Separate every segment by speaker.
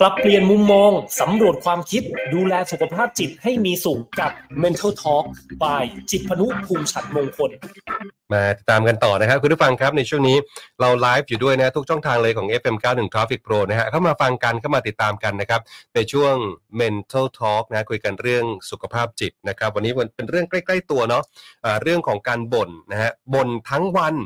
Speaker 1: ปรับเปลี่ยนมุมมอง สำรวจความคิด ดูแลสุขภาพจิตให้มีสุขกับ Mental Talk by จิตพนุภูมิฉัตรมงคล
Speaker 2: มาติดตามกันต่อนะครับ คุณผู้ฟังครับในช่วงนี้เราไลฟ์อยู่ด้วยนะทุกช่องทางเลยของ FM 91 Traffic Pro นะฮะเข้ามาฟังกันเข้ามาติดตามกันนะครับ ในช่วง Mental Talk นะคุยกันเรื่องสุขภาพจิตนะครับ วันนี้เป็นเรื่องใกล้ ๆ ตัวเนาะอ่าเรื่องของการบ่นนะฮะบ่นทั้งวัน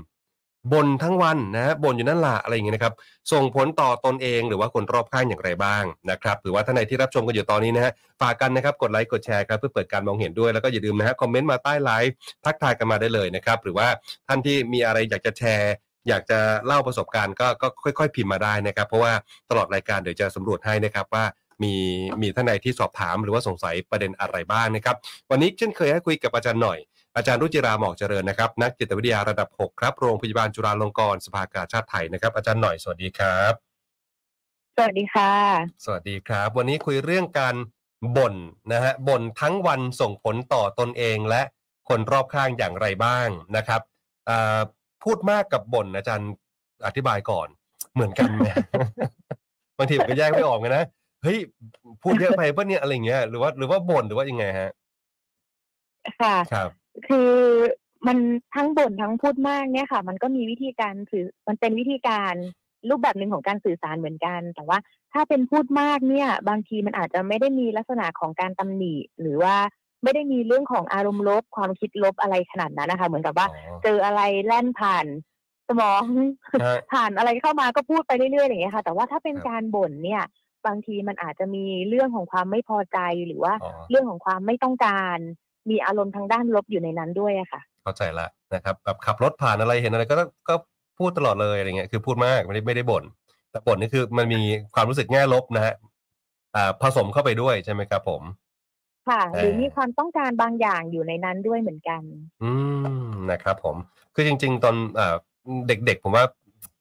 Speaker 2: บ่นทั้งวันนะฮะบ่นอยู่นั่นละอะไรอย่างเงี้ยนะครับ ส่งผลต่อตนเองหรือว่าคนรอบข้างอย่างไรบ้างนะครับหรือว่าท่านใดที่รับชมกันอยู่ตอนนี้นะฮะฝากกันนะครับกดไลค์กดแชร์ครับเพื่อเปิดการมองเห็นด้วยแล้วก็อย่าลืมนะฮะคอมเมนต์มาใต้ไลฟ์ทักทายกันมาได้เลยนะครับ หรือว่าท่านที่มีอะไรอยากจะแชร์ อยากจะเล่าประสบการณ์ก็ก็ค่อย ๆ พิมพ์มาได้นะครับ เพราะว่าตลอดรายการเดี๋ยวจะสำรวจให้นะครับว่ามีมีท่านใดที่สอบถามหรือว่าสงสัยประเด็นอะไรบ้างนะครับ วันนี้เช่นเคยให้คุยกับอาจารย์หน่อย อาจารย์รุจิราหมอกเจริญนะครับ นักจิตวิทยาระดับ 6 ครับ โรงพยาบาลจุฬาลงกรณ์สภากาชาติไทยนะครับ อาจารย์หน่อยสวัสดีครับ
Speaker 3: สวัสดีค่ะ
Speaker 2: สวัสดีครับ วันนี้คุยเรื่องการบ่นนะฮะบ่นทั้งวันส่งผลต่อตนเองและคนรอบข้างอย่างไรบ้างนะครับอ่าพูดมากกับบ่นอาจารย์อธิบายก่อน เหมือนกันไหม บางทีผมก็แยกไม่ออกไงนะเฮ้ยพูดเยอะไปปะเนี่ยอะไรอย่างเงี้ยหรือว่าหรือว่าบ่นหรือว่ายังไงฮะ
Speaker 3: ค่ะ
Speaker 2: ครับ
Speaker 3: คือมันทั้งบ่นทั้งพูดมากเนี่ยค่ะ มันก็มีวิธีการสื่อมันเป็นวิธีการรูปแบบหนึ่งของการสื่อสารเหมือนกัน แต่ว่าถ้าเป็นพูดมากเนี่ย บางทีมันอาจจะไม่ได้มีลักษณะของการตำหนิ หรือว่าไม่ได้มีเรื่องของอารมณ์ลบความคิดลบอะไรขนาดนั้นนะคะ เหมือนกับว่า
Speaker 2: อ๋
Speaker 3: เจออะไรแล่นผ่านสมอง
Speaker 2: อฮะ
Speaker 3: ผ่านอะไรเข้ามาก็พูดไปเรื่อยๆอย่างเงี้ยค่ะ แต่ว่าถ้าเป็น
Speaker 2: ครับ
Speaker 3: การบ่นเนี่ย บางทีมันอาจจะมีเรื่องของความไม่พอใจหรือว่า
Speaker 2: อ๋อ
Speaker 3: เรื่องของความไม่ต้องการ มีอารมณ์ทางด้านลบอยู่ในนั้นด้วยอะค่ะ
Speaker 2: เข้าใจละนะครับแบบขับรถผ่านอะไรเห็นอะไรก็ต้องก็พูดตลอดเลยอะไรเงี้ยคือพูดมากไม่ได้ไม่ได้บ่นแต่บ่นนี่คือมันมีความรู้สึกแง่ลบนะฮะอ่าผสมเข้าไปด้วยใช่ไหมครับผม
Speaker 3: ค่ะ
Speaker 2: เอ่อ
Speaker 3: หรือมีความต้องการบางอย่างอยู่ในนั้นด้วยเหมือนกัน
Speaker 2: อืมนะครับผม คือจริง ๆ ตอนอ่าเด็ก ๆ ผมว่า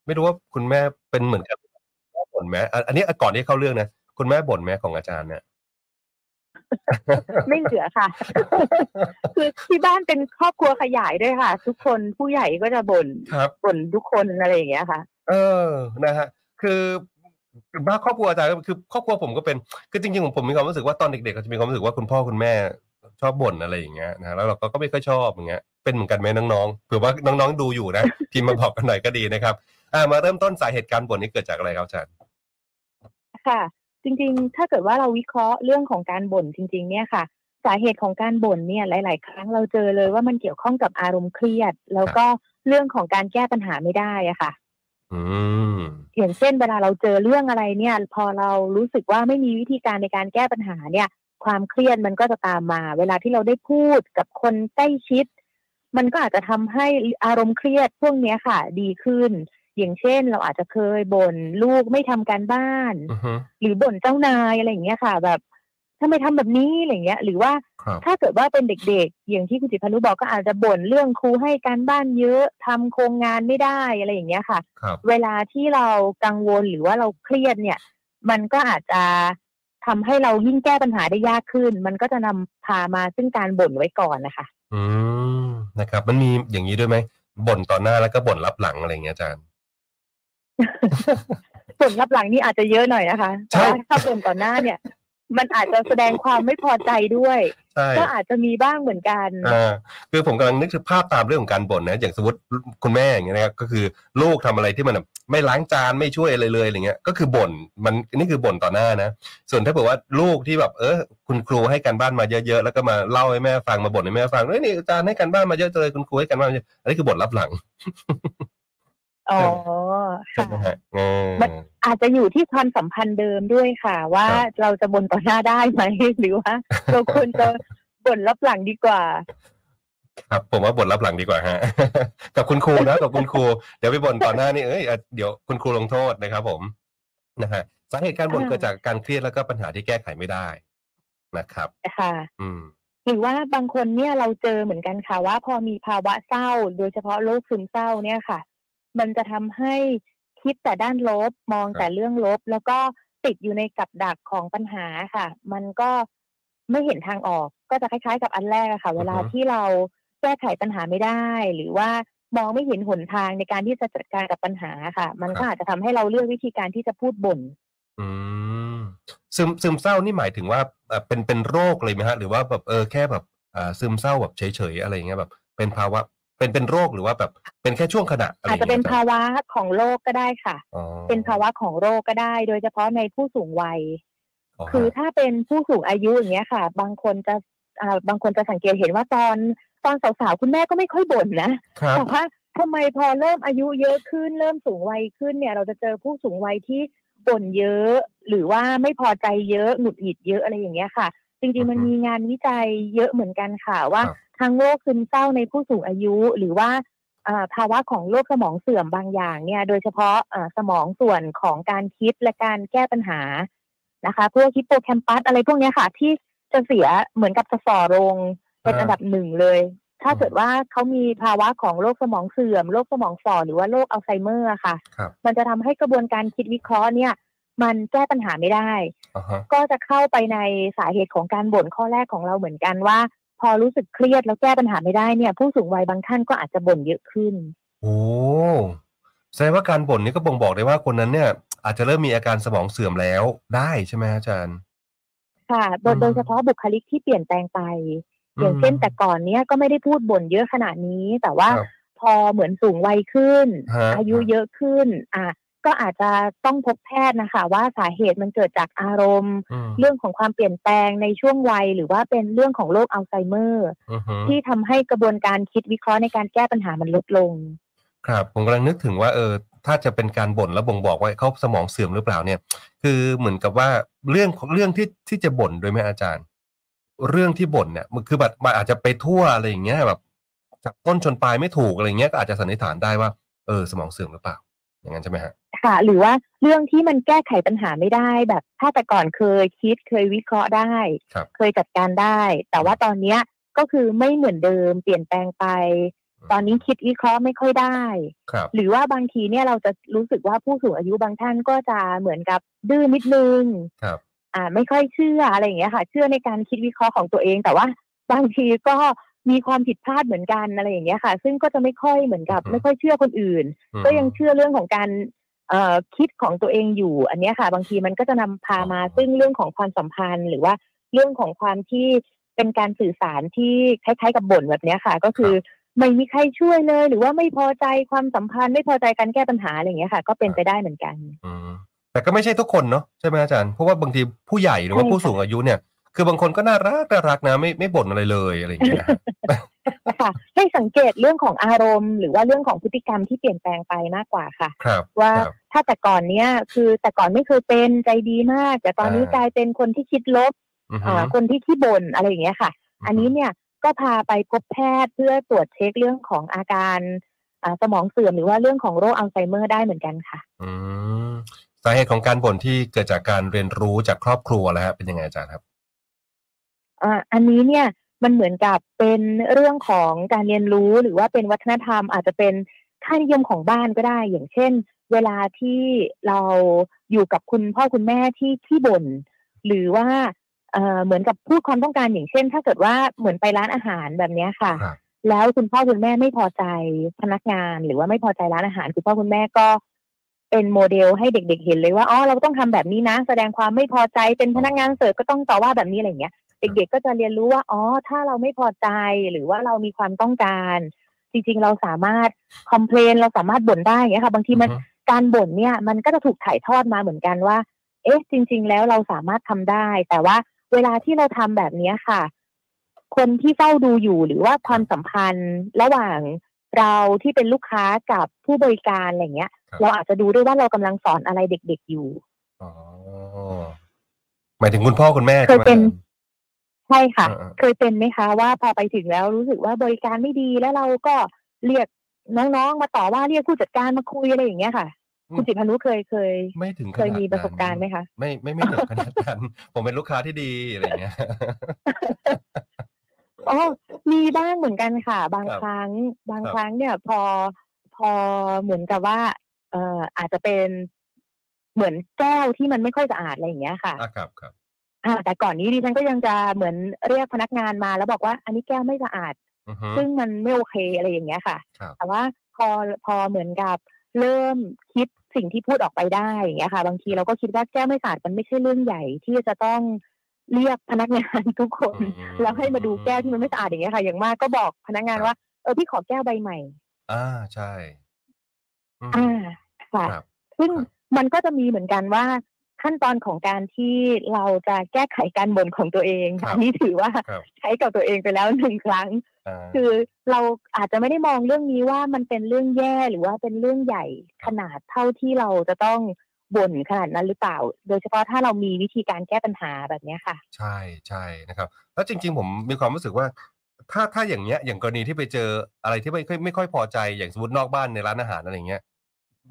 Speaker 2: ไม่รู้ว่าคุณแม่เป็นเหมือนกันบ่นไหมอ่ะอันนี้ก่อนที่เข้าเรื่องนะคุณแม่บ่นไหมของอาจารย์เนี่ย
Speaker 3: ไม่เหลือค่ะ คือที่บ้านเป็นครอบครัวขยายด้วยค่ะ ทุกคนผู้ใหญ่ก็จะบ่น
Speaker 2: ครับ
Speaker 3: บ่นทุกคนอะไรอย่างเงี้ยค่ะ
Speaker 2: เออ นะฮะ คือคือบ้านครอบครัวอาจารย์ก็คือครอบครัวผมก็เป็น คือจริงๆผมผมมีความรู้สึกว่าตอนเด็กๆก็จะมีความรู้สึกว่าคุณพ่อคุณแม่ชอบบ่นอะไรอย่างเงี้ยนะฮะแล้วเราก็ก็ไม่ค่อยชอบอย่างเงี้ย เป็นเหมือนกันไหมน้องๆเผื่อว่าน้องๆดูอยู่นะ พิมพ์มาบอกกันหน่อยก็ดีนะครับ อ่า มาเริ่มต้นสาเหตุการบ่นนี้เกิดจากอะไรครับอาจารย์
Speaker 3: ค่ะ จริงๆ ถ้าเกิดว่าเราวิเคราะห์เรื่องของการบ่นจริง ๆ เนี่ยค่ะ สาเหตุของการบ่นเนี่ยหลาย ๆ ครั้งเราเจอเลยว่ามันเกี่ยวข้องกับอารมณ์เครียด แล้วก็เรื่องของการแก้ปัญหาไม่ได้อะค่ะ
Speaker 2: อืม
Speaker 3: อย่างเช่นเวลาเราเจอเรื่องอะไรเนี่ย พอเรารู้สึกว่าไม่มีวิธีการในการแก้ปัญหาเนี่ย ความเครียดมันก็จะตามมา เวลาที่เราได้พูดกับคนใกล้ชิด มันก็อาจจะทำให้อารมณ์เครียดพวกเนี้ยค่ะ ดีขึ้น อย่างเช่นเราอาจจะเคยบ่นลูกไม่ทำการบ้าน
Speaker 2: อือฮึ
Speaker 3: หรือบ่นเจ้านายอะไรอย่างเงี้ยค่ะ แบบทำไมทำแบบนี้อะไรอย่างเงี้ย หรือว่า
Speaker 2: ครับ
Speaker 3: ถ้าเกิดว่าเป็นเด็กๆ อย่างที่คุณจิตพานุบอกก็อาจจะบ่นเรื่องครูให้การบ้านเยอะทำโครงงานไม่ได้อะไรอย่างเงี้ยค่ะ
Speaker 2: ครับ
Speaker 3: เวลาที่เรากังวลหรือว่าเราเครียดเนี่ย มันก็อาจจะทำให้เรายิ่งแก้ปัญหาได้ยากขึ้น มันก็จะนำพามาซึ่งการบ่นไว้ก่อนนะคะ
Speaker 2: อืม นะครับ มันมีอย่างนี้ด้วยไหม บ่นต่อหน้าแล้วก็บ่นรับหลังอะไรอย่างเงี้ยอาจารย์
Speaker 3: ส่วนรับหลังนี่อาจจะเยอะหน่อยนะคะ
Speaker 2: ใช่
Speaker 3: แต่ว่าถ้าบ่นต่อหน้าเนี่ย มันอาจจะแสดงความไม่พอใจด้วย
Speaker 2: ใช่
Speaker 3: ก็อาจจะมีบ้างเหมือนกัน
Speaker 2: อ่าคือผมกำลังนึกถึงภาพตามเรื่องของการบ่นนะอย่างสมมติคุณแม่อย่างเงี้ยนะครับก็คือลูกทำอะไรที่มันแบบไม่ล้างจานไม่ช่วยอะไรเลยอะไรเงี้ยก็คือบ่นมันนี่คือบ่นต่อหน้านะ ส่วนถ้าเผื่อว่าลูกที่แบบเออคุณครูให้การบ้านมาเยอะๆแล้วก็มาเล่าให้แม่ฟังมาบ่นให้แม่ฟังเอ้ยนี่อาจารย์ให้การบ้านมาเยอะจังเลยคุณครูให้การบ้านมาเยอะอันนี้คือบ่นรับหลัง
Speaker 3: อ๋อ
Speaker 2: ใช่
Speaker 3: ค่ะ
Speaker 2: ไหมฮะเออ
Speaker 3: อาจจะอยู่ที่ความสัมพันธ์เดิมด้วยค่ะ ว่าเราจะบ่นต่อหน้าได้ไหม หรือว่า เราควรจะบ่นรับหลังดีกว่า
Speaker 2: ครับผมว่าบ่นรับหลังดีกว่าฮะ กับคุณครูนะกับคุณครูเดี๋ยวไปบ่นต่อหน้านี่เอ้ยอ่ะเดี๋ยวคุณครูลงโทษนะครับ ผมนะฮะสาเหตุการบ่นเกิดจากการเครียดแล้วก็ปัญหาที่แก้ไขไม่ได้นะครับ
Speaker 3: ค่ะ
Speaker 2: อืม
Speaker 3: หรือว่าบางคนเนี่ยเราเจอเหมือนกันค่ะว่าพอมีภาวะเศร้า โดยเฉพาะโรคซึมเศร้าเนี่ยค่ะ มันจะทำให้คิดแต่ด้านลบมองแต่เรื่องลบ แล้วก็ติดอยู่ในกับดักของปัญหาค่ะ มันก็ไม่เห็นทางออกก็จะคล้ายๆ กับอันแรกอะค่ะ เวลา
Speaker 2: อือฮึ
Speaker 3: ที่เราแก้ไขปัญหาไม่ได้ หรือว่ามองไม่เห็นหนทางในการที่จะจัดการกับปัญหาค่ะ มันก็อาจจะทำให้เราเลือกวิธีการที่จะพูดบ่น
Speaker 2: อืม ซึมซึมเศร้านี่หมายถึงว่าเอ่อเป็นเป็นโรคเลยไหมฮะหรือว่าแบบเออแค่แบบอ่าซึมเศร้าแบบเฉยๆอะไรอย่างเงี้ยแบบ เป็นภาวะเป็นเป็นโรคหรือว่าแบบเป็นแค่ช่วงขณะอะไรอ
Speaker 3: อาจ
Speaker 2: ย่าง
Speaker 3: จะ
Speaker 2: เงี้ย
Speaker 3: เป็น
Speaker 2: ครั
Speaker 3: ภา
Speaker 2: บ
Speaker 3: วะของโรคก็ได้ค่ะ
Speaker 2: อ๋อ
Speaker 3: เป็นภาวะของโรคก็ได้ โดยเฉพาะในผู้สูงวัย
Speaker 2: ฮะ
Speaker 3: คือถ้าเป็นผู้สูงอายุอย่างเงี้ยค่ะ บางคนจะอ่าบางคนจะสังเกตเห็นว่าตอนตอนสาวๆคุณแม่ก็ไม่ค่อยบ่นนะครับ แต่ว่าทำไมพอเริ่มอายุเยอะขึ้นเริ่มสูงวัยขึ้นเนี่ย เราจะเจอผู้สูงวัยที่บ่นเยอะ หรือว่าไม่พอใจเยอะหงุดหงิดเยอะอะไรอย่างเงี้ยค่ะ จริงๆมัน
Speaker 2: อือฮึ
Speaker 3: มีงานวิจัยเยอะเหมือนกันค่ะ ว่า
Speaker 2: ครับ
Speaker 3: ทั้งโรคซึมเศร้าในผู้สูงอายุหรือว่าอ่าภาวะของโรคสมองเสื่อมบางอย่างเนี่ย โดยเฉพาะอ่าสมองส่วนของการคิดและการแก้ปัญหานะคะพวกฮิปโปแคมปัสอะไรพวกเนี้ยค่ะ ที่จะเสียเหมือนกับจะฝ่อลงเป็นอันดับหนึ่งเลย ถ้าเกิดว่าเขามีภาวะของโรคสมองเสื่อมโรคสมองฝ่อหรือว่าโรคอัลไซเมอร์อะค่ะ
Speaker 2: ครับ
Speaker 3: มันจะทำให้กระบวนการคิดวิเคราะห์เนี่ย มันแก้ปัญหาไม่ได้
Speaker 2: อ่าฮะ
Speaker 3: ก็จะเข้าไปในสาเหตุของการบ่นข้อแรกของเราเหมือนกันว่า พอรู้สึกเครียดแล้วแก้ปัญหาไม่ได้เนี่ย ผู้สูงวัยบางท่านก็อาจจะบ่นเยอะขึ้น
Speaker 2: โอ้แสดงว่าการบ่นนี่ก็บ่งบอกได้ว่าคนนั้นเนี่ย อาจจะเริ่มมีอาการสมองเสื่อมแล้วได้ใช่ไหมฮะอาจารย์
Speaker 3: ค่ะโดยโดยเฉพาะบุคลิกที่เปลี่ยนแปลงไป อย่างเช่นแต่ก่อนเนี้ยก็ไม่ได้พูดบ่นเยอะขนาดนี้ แต่ว่า
Speaker 2: ครับ
Speaker 3: พอเหมือนสูงวัยขึ้น
Speaker 2: ฮะ
Speaker 3: อายุเยอะขึ้น อ่ะก็อาจจะต้องพบแพทย์นะคะ ว่าสาเหตุมันเกิดจากอารมณ์
Speaker 2: ม
Speaker 3: เรื่องของความเปลี่ยนแปลงในช่วงวัย หรือว่าเป็นเรื่องของโรคอัลไซเมอร์
Speaker 2: อือฮึ
Speaker 3: ที่ทำให้กระบวนการคิดวิเคราะห์ในการแก้ปัญหามันลดลง
Speaker 2: ครับผมกำลังนึกถึงว่าเออถ้าจะเป็นการบ่นแล้วบ่งบอกว่าเขาสมองเสื่อมหรือเปล่าเนี่ย คือเหมือนกับว่าเรื่องของเรื่องที่ที่จะบ่นด้วยไหมอาจารย์ เรื่องที่บ่นเนี่ยมันคือแบบมันอาจจะไปทั่วอะไรอย่างเงี้ยแบบจับต้นชนปลายไม่ถูกอะไรเงี้ยก็อาจจะสันนิษฐานได้ว่าเออสมองเสื่อมหรือเปล่า อย่างนั้นใช่ไหมฮะ
Speaker 3: ค่ะ หรือว่าเรื่องที่มันแก้ไขปัญหาไม่ได้แบบ ถ้าแต่ก่อนเคยคิดเคยวิเคราะห์ได้
Speaker 2: ครับ
Speaker 3: เคยจัดการได้ แต่ว่าตอนเนี้ยก็คือไม่เหมือนเดิมเปลี่ยนแปลงไป
Speaker 2: อืม
Speaker 3: ตอนนี้คิดวิเคราะห์ไม่ค่อยได้
Speaker 2: ครับ
Speaker 3: หรือว่าบางทีเนี่ยเราจะรู้สึกว่าผู้สูงอายุบางท่านก็จะเหมือนกับดื้อนิดนึง
Speaker 2: ครับ
Speaker 3: อ่าไม่ค่อยเชื่ออะไรอย่างเงี้ยค่ะ เชื่อในการคิดวิเคราะห์ของตัวเอง แต่ว่าบางทีก็มีความผิดพลาดเหมือนกันอะไรอย่างเงี้ยค่ะ ซึ่งก็จะไม่ค่อยเหมือนกับ ไม่ค่อยเชื่อคนอื่น
Speaker 2: อืม
Speaker 3: ก็ยังเชื่อเรื่องของการเอ่อคิดของตัวเองอยู่ อันเนี้ยค่ะ บางทีมันก็จะนำพามา
Speaker 2: อ๋อ
Speaker 3: ซึ่งเรื่องของความสัมพันธ์ หรือว่าเรื่องของความที่เป็นการสื่อสารที่คล้ายๆกับบ่นแบบเนี้ยค่ะ ก็คือไม่มีใครช่วยเลย หรือว่าไม่พอใจความสัมพันธ์ไม่พอใจการแก้ปัญหาอะไรอย่างเงี้ยค่ะ ก็เป็นไปได้เหมือนกัน
Speaker 2: อืมแต่ก็ไม่ใช่ทุกคนเนาะใช่ไหมอาจารย์เพราะว่าบางทีผู้ใหญ่หรือว่า
Speaker 3: ใช่ค่ะ
Speaker 2: ผู้สูงอายุเนี่ย คือบางคนก็น่ารักน่ารักนะไม่ไม่บ่นอะไรเลยอะไรอย่างเงี้ย นะฮะ
Speaker 3: ค่ะให้สังเกตเรื่องของอารมณ์ หรือว่าเรื่องของพฤติกรรมที่เปลี่ยนแปลงไปมากกว่าค่ะ
Speaker 2: ครับ
Speaker 3: ว่า
Speaker 2: ครับ
Speaker 3: ถ้าแต่ก่อนเนี้ยคือแต่ก่อนไม่เคยเป็นใจดีมาก แต่ตอนนี้
Speaker 2: อ่าก
Speaker 3: กลายเป็นคนที่คิดลบ
Speaker 2: อือฮึ
Speaker 3: อ่าคนที่ขี้บ่นอะไรอย่างเงี้ยค่ะ อันนี้เนี่ยก็พาไปพบแพทย์เพื่อตรวจเช็คเรื่องของอาการอ่าสมองเสื่อมหรือว่าเรื่องของโรคอัลไซเมอร์ได้เหมือนกันค่ะ
Speaker 2: อืมสาเหตุของการบ่นที่เกิดจากการเรียนรู้จากครอบครัวแล้วฮะเป็นยังไงอาจารย์ครับ
Speaker 3: อ่าอันนี้เนี่ยมันเหมือนกับเป็นเรื่องของการเรียนรู้หรือว่าเป็นวัฒนธรรม อาจจะเป็นค่านิยมของบ้านก็ได้ อย่างเช่น เวลาที่เราอยู่กับคุณพ่อคุณแม่ที่ที่บ่นหรือว่าเอ่อเหมือนกับพูดความต้องการอย่างเช่น ถ้าเกิดว่าเหมือนไปร้านอาหารแบบเนี้ยค่ะ
Speaker 2: ครับ
Speaker 3: แล้วคุณพ่อคุณแม่ไม่พอใจพนักงาน หรือว่าไม่พอใจร้านอาหาร คุณพ่อคุณแม่ก็เป็นโมเดลให้เด็ก ๆ เห็นเลยว่าอ๋อเราต้องทำแบบนี้นะ แสดงความไม่พอใจเป็นพนักงานเสิร์ฟก็ต้องต่อว่าแบบนี้อะไรอย่างเงี้ย เด็กๆ ก็จะเรียนรู้ว่า อ๋อ ถ้าเราไม่พอใจ หรือว่าเรามีความต้องการ จริงๆ เราสามารถคอมเพลน เราสามารถบ่นได้อย่างเงี้ยค่ะ บางทีมัน
Speaker 2: อือฮึ
Speaker 3: การบ่นเนี่ย มันก็จะถูกถ่ายทอดมาเหมือนกันว่า เอ๊ะ จริง ๆ แล้วเราสามารถทำได้ แต่ว่าเวลาที่เราทำแบบเนี้ยค่ะ คนที่เฝ้าดูอยู่ หรือว่าความสัมพันธ์ ระหว่างเราที่เป็นลูกค้ากับผู้บริการอะไรเงี้ย
Speaker 2: ครับ
Speaker 3: เราอาจจะดูด้วยว่าเรากำลังสอนอะไรเด็ก ๆ อยู่
Speaker 2: อ๋อหมายถึงคุณพ่อคุณแม่
Speaker 3: เคย
Speaker 2: ใช่ไหม
Speaker 3: เป็น ใช่ค่ะ
Speaker 2: อ่าอ่า
Speaker 3: เคยเป็นไหมคะว่าพอไปถึงแล้วรู้สึกว่าบริการไม่ดีแล้วเราก็เรียกน้องๆ มาต่อว่าเรียกผู้จัดการมาคุยอะไรอย่างเงี้ยค่ะ คุณจิตพานุเคยเคย
Speaker 2: ไม่ถึงข
Speaker 3: เค
Speaker 2: นาด
Speaker 3: ยมีประสบการณ์ไหม
Speaker 2: นั้น
Speaker 3: คะ
Speaker 2: ไม่ไม่ไม่ถึงขนาดนั้น ผมเป็นลูกค้าที่ดีอะไรอย่างเงี้ ย
Speaker 3: อ๋อ มีบ้างเหมือนกันค่ะ บาง
Speaker 2: ครับ
Speaker 3: ครั้ง บาง
Speaker 2: ครับ
Speaker 3: ครั้งเนี่ยพอพอเหมือนกับว่า เอ่ออาจจะเป็นเหมือนแก้วที่มันไม่ค่อยสะอาดอะไรอย่างเงี้ยค่ะ
Speaker 2: ะครับครับ
Speaker 3: อ่า แต่ก่อนนี้ดิฉันก็ยังจะเหมือนเรียกพนักงานมาแล้วบอกว่าอันนี้แก้วไม่สะอาด
Speaker 2: อือฮึ
Speaker 3: ซึ่งมันไม่โอเคอะไรอย่างเงี้ยค่ะ
Speaker 2: ครับ
Speaker 3: แต่ว่าพอพอเหมือนกับเริ่มคิด สิ่งที่พูดออกไปได้อย่างเงี้ยค่ะ บางทีเราก็คิดว่าแก้ไม่สาดมันไม่ใช่เรื่องใหญ่ ที่จะต้องเรียกพนักงาน ทุกคน
Speaker 2: อืม
Speaker 3: แล้วให้มาดูแก้วที่มันไม่สะอาดอย่างเงี้ยค่ะ อย่างมากก็บอกพนักงานว่าเออพี่ขอแก้วใบใหม่
Speaker 2: อ่าใช่อืม
Speaker 3: อ่าค่ะ
Speaker 2: ครับ
Speaker 3: ซึ่ง
Speaker 2: ครับ
Speaker 3: มันก็จะมีเหมือนกันว่าขั้นตอนของการที่เราจะแก้ไขการบ่นของตัวเองค่ะนี่ถือว่า
Speaker 2: ครับ
Speaker 3: ใช้กับตัวเองไปแล้วหนึ่งครั้ง
Speaker 2: อ่า
Speaker 3: คือเราอาจจะไม่ได้มองเรื่องนี้ว่ามันเป็นเรื่องแย่หรือว่าเป็นเรื่องใหญ่ขนาดเท่าที่เราจะต้องบ่นขนาดนั้นหรือเปล่า โดยเฉพาะถ้าเรามีวิธีการแก้ปัญหาแบบเนี้ยค่ะ
Speaker 2: ใช่ใช่นะครับ แล้วจริง ๆ ผมมีความรู้สึกว่า ถ้าถ้าอย่างเงี้ย อย่างกรณีที่ไปเจออะไรที่ไม่ค่อยไม่ค่อยพอใจอย่างสมมตินอกบ้านในร้านอาหารอะไรอย่างเงี้ย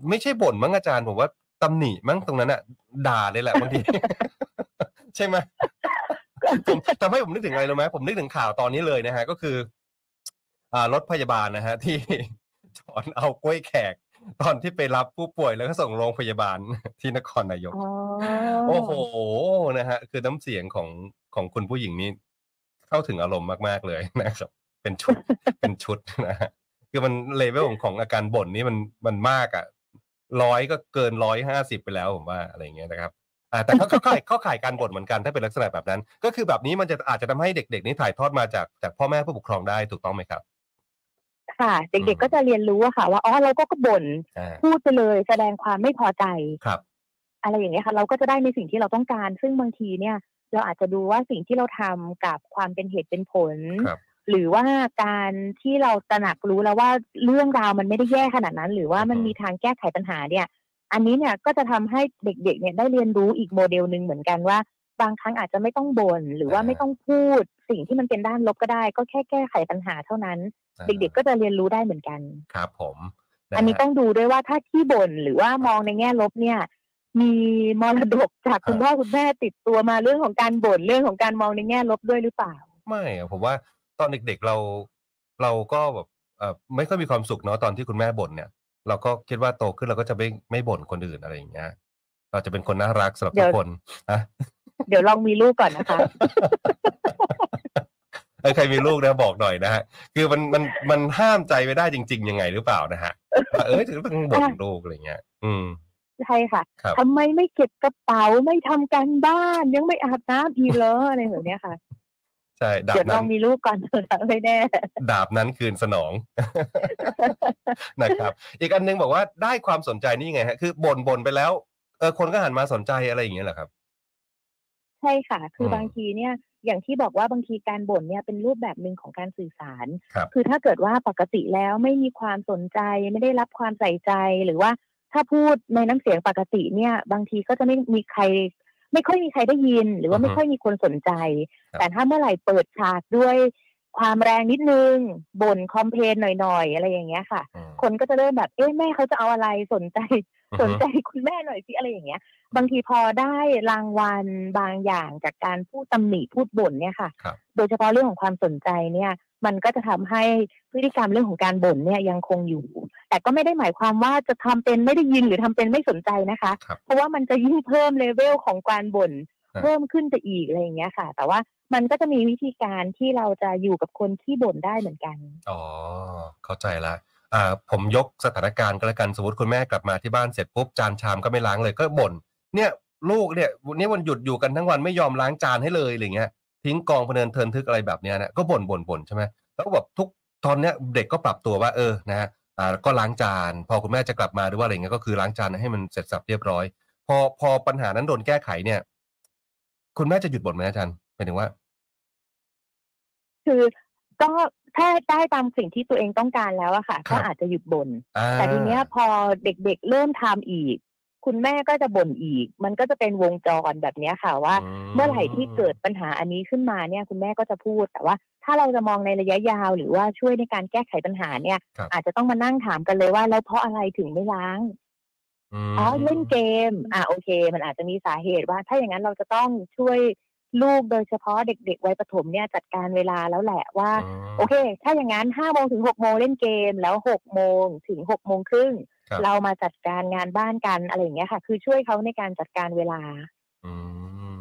Speaker 2: ไม่ใช่บ่นมั้งอาจารย์ผมว่าตำหนิมั้งตรงนั้นอะด่าเลยแหละบางที ใช่ไหมผมทำให้ผมนึกถึงอะไรรู้ไหมผมนึกถึงข่าวตอนนี้เลยนะฮะ ก็คืออ่ารถพยาบาลนะฮะ ที่ ถอนเอากล้วยแขก ตอนที่ไปรับผู้ป่วยแล้วก็ส่งโรงพยาบาล ที่นครนายก
Speaker 3: อ๋อ
Speaker 2: โอ้โห นะฮะ คือน้ำเสียงของของคุณผู้หญิงนี่เข้าถึงอารมณ์มาก ๆ เลย นะครับ เป็นชุด เป็นชุด นะฮะ คือมันเลเวลของของอาการบ่นนี่มันมันมากอะ่ะร้อยก็เกินร้อยห้าสิบไปแล้วผมว่าอะไรอย่างเงี้ยนะครับ อ่า แต่เขาเขาขายเขาขายการบ่นเหมือนกันถ้าเป็นลักษณะแบบนั้น ก็คือแบบนี้มันจะอาจจะทำให้เด็ก ๆ นี่ถ่ายทอดมาจากจากพ่อแม่ผู้ปกครองได้ถูกต้องไหมครับ
Speaker 3: ค่ะเด็กๆก็จะเรียนรู้อะค่ะ ว่าอ๋อเราก็บ่น
Speaker 2: อ่า
Speaker 3: พูดไปเลยแสดงความไม่พอใจ
Speaker 2: ครับ
Speaker 3: อะไรอย่างเงี้ยค่ะ เราก็จะได้ในสิ่งที่เราต้องการ ซึ่งบางทีเนี่ย เราอาจจะดูว่าสิ่งที่เราทำกับความเป็นเหตุเป็นผล
Speaker 2: ครับ
Speaker 3: หรือว่าการที่เราตระหนักรู้แล้วว่าเรื่องราวมันไม่ได้แย่ขนาดนั้น หรือว่ามัน
Speaker 2: อือฮึ
Speaker 3: มีทางแก้ไขปัญหาเนี่ย อันนี้เนี่ยก็จะทำให้เด็ก ๆ เนี่ยได้เรียนรู้อีกโมเดลหนึ่งเหมือนกันว่า บางครั้งอาจจะไม่ต้องบ่นหรือว่าไม่ต้องพูด สิ่งที่มันเป็นด้านลบก็ได้ ก็แค่แก้ไขปัญหาเท่านั้น เด็ก ๆ ก็จะเรียนรู้ได้เหมือนกัน
Speaker 2: ครับผมะฮะ
Speaker 3: อันนี้ต้องดูด้วยว่าถ้าที่บ่นหรือว่ามองในแง่ลบเนี่ย มีมรดกจากคุณพ่อคุณแม่ติดตัวมาเรื่องของการบ่นเรื่องของการมองในแง่ลบด้วยหรือเปล่า
Speaker 2: ไม่อะผมว่าตอนเด็กๆเราเราก็แบบเอ่อไม่ค่อยมีความสุขเนาะตอนที่คุณแม่บ่นเนี่ย เราก็คิดว่าโตขึ้นเราก็จะไม่ไม่บ่นคนอื่นอะไรอย่างเงี้ยเราจะเป็นคนน่ารักสำหรับ
Speaker 3: เดี๋
Speaker 2: ทุ
Speaker 3: ยว
Speaker 2: กคน นะ
Speaker 3: เดี๋ยวลองมีลูกก่อน นะคะ
Speaker 2: เออใครมีลูกนะบอกหน่อยนะฮะคือมันมันมันห้ามใจไม่ได้จริง ๆ ยังไงหรือเปล่านะฮะว่าเออถึงต้องบ่นลูกอะไรอย่างเงี้ย อืม
Speaker 3: ใช่ค่ะ
Speaker 2: ครับ
Speaker 3: ทำไมไม่เก็บกระเป๋าไม่ทำการบ้านยังไม่อาบน้ำอีกเหรออะไรแบบเนี้ยค่ะ
Speaker 2: ใช่ดา
Speaker 3: เดี๋
Speaker 2: บ
Speaker 3: ยวล
Speaker 2: นั้
Speaker 3: อง
Speaker 2: น
Speaker 3: มีลูกก่อนเถอะค่ะไม่แน่
Speaker 2: ดาบนั้นคืนสนอง นะครับ อีกอันหนึงบอกว่าได้ความสนใจนี่ไงฮะคือบ่นบ่นไปแล้วเออคนก็หันมาสนใจอะไรอย่างเงี้ยเหรอครับ
Speaker 3: ใช่ค่ะ คืออ
Speaker 2: ม
Speaker 3: บางทีเนี่ย อย่างที่บอกว่าบางทีการบ่นเนี่ยเป็นรูปแบบหนึ่งของการสื่อสาร
Speaker 2: ครับ
Speaker 3: คือถ้าเกิดว่าปกติแล้วไม่มีความสนใจ ไม่ได้รับความใส่ใจ หรือว่าถ้าพูดในน้ำเสียงปกติเนี่ย บางทีก็จะไม่มีใคร ไม่ค่อยมีใครได้ยิน หรือว่า
Speaker 2: อือฮึ
Speaker 3: ไม่ค่อยมีคนสนใจ
Speaker 2: ครับ
Speaker 3: แต่ถ้าเมื่อไหร่เปิดฉากด้วยความแรงนิดนึง บ่นคอมเพลนหน่อยๆ อะไรอย่างเงี้ยค่ะ
Speaker 2: อืม
Speaker 3: คนก็จะเริ่มแบบ เอ๊ะแม่เขาจะเอาอะไรสนใจ สนใจคุณแม่หน่อยสิอะไรอย่างเงี้ย บางทีพอได้รางวัลบางอย่างจากการพูดตำหนิพูดบ่นเนี่ยค่ะ
Speaker 2: ครับ
Speaker 3: โดยเฉพาะเรื่องของความสนใจเนี่ย มันก็จะทำให้พฤติกรรมเรื่องของการบ่นเนี่ยยังคงอยู่ แต่ก็ไม่ได้หมายความว่าจะทำเป็นไม่ได้ยินหรือทำเป็นไม่สนใจนะคะ
Speaker 2: ครับ
Speaker 3: เพราะว่ามันจะยิ่งเพิ่มเลเวลของการบ่น
Speaker 2: ครับ
Speaker 3: เพิ่มขึ้นไปอีกอะไรอย่างเงี้ยค่ะ แต่ว่ามันก็จะมีวิธีการที่เราจะอยู่กับคนที่บ่นได้เหมือนกัน
Speaker 2: อ๋อ เข้าใจละอ่าผมยกสถานการณ์ก็แล้วกันสมมติคุณแม่กลับมาที่บ้านเสร็จปุ๊บจานชามก็ไม่ล้างเลยก็บ่นเนี่ย ลูกเนี่ยวันนี้วันหยุดอยู่กันทั้งวันไม่ยอมล้างจานให้เลยอะไรเงี้ยทิ้งกองพะเนินเทินทึกอะไรแบบเนี้ยนะก็บ่นบ่นบ่นใช่ไหมแล้วก็แบบทุกตอนเนี้ยเด็กก็ปรับตัวว่าเออนะฮะอ่าก็ล้างจาน พอคุณแม่จะกลับมาหรือว่าอะไรเงี้ยก็คือล้างจานให้มันเสร็จสับเรียบร้อย พอพอปัญหานั้นโดนแก้ไขเนี่ย คุณแม่จะหยุดบ่นไหมอาจารย์หมายถึงว่า
Speaker 3: คือก็ถ้าได้ตามสิ่งที่ตัวเองต้องการแล้วอะค่ะ
Speaker 2: ครั
Speaker 3: ก็
Speaker 2: บ
Speaker 3: อาจจะหยุดบ่น
Speaker 2: อ่า
Speaker 3: แต่ทีเนี้ยพอเด็กๆเริ่มทำอีก คุณแม่ก็จะบ่นอีก มันก็จะเป็นวงจรแบบเนี้ยค่ะว่า เมื่อไหร่ที่เกิดปัญหาอันนี้ขึ้นมาเนี่ยคุณแม่ก็จะพูดแต่ว่า ถ้าเราจะมองในระยะยาว หรือว่าช่วยในการแก้ไขปัญหาเนี่ย
Speaker 2: ครับ
Speaker 3: อาจจะต้องมานั่งถามกันเลยว่าแล้วเพราะอะไรถึงไม่ล้าง
Speaker 2: ม
Speaker 3: อ๋อเล่นเกม อ่ะโอเค มันอาจจะมีสาเหตุว่า ถ้าอย่างนั้นเราจะต้องช่วยลูกโดยเฉพาะเด็กๆวัยประถมเนี่ยจัดการเวลาแล้วแหละว่า โอเค ถ้าอย่างนั้นห้าโมงถึงหกโมงเล่นเกม แล้วหกโมงถึงหกโมงครึ่ง
Speaker 2: ครับ
Speaker 3: เรามาจัดการงานบ้านกันอะไรอย่างเงี้ยค่ะ คือช่วยเขาในการจัดการเวลา
Speaker 2: อื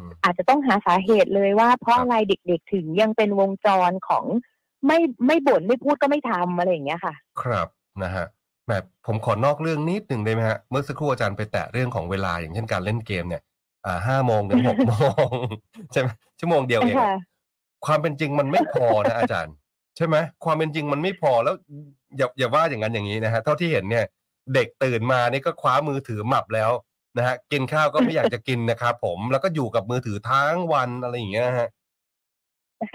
Speaker 2: ม
Speaker 3: อาจจะต้องหาสาเหตุเลยว่า เพราะ
Speaker 2: ครับ
Speaker 3: อะไรเด็กๆถึงยังเป็นวงจรของไม่ไม่บ่นไม่พูดก็ไม่ทำอะไรอย่างเงี้ยค่ะ
Speaker 2: ครับนะฮะแหม แบบผมขอนอกเรื่องนิดหนึ่งได้ไหมฮะเมื่อสักครู่อาจารย์ไปแตะเรื่องของเวลาอย่างเช่นการเล่นเกมเนี่ยอ่าห้าโมงถึงหกโมง ใช่ไหมชั่วโมงเดียวเองอะ
Speaker 3: ค่ะ
Speaker 2: ความเป็นจริงมันไม่พอนะ อาจารย์ ใช่ไหมความเป็นจริงมันไม่พอแล้วอย่าอย่าว่าอย่างนั้นอย่างนี้นะฮะเท่าที่เห็นเนี่ย เด็กตื่นมานี่ก็คว้ามือถือหมับแล้วนะฮะกินข้าวก็ไม่อยากจะกินนะครับผมแล้วก็อยู่กับมือถือทั้งวันอะไรอย่างเงี้ยฮะ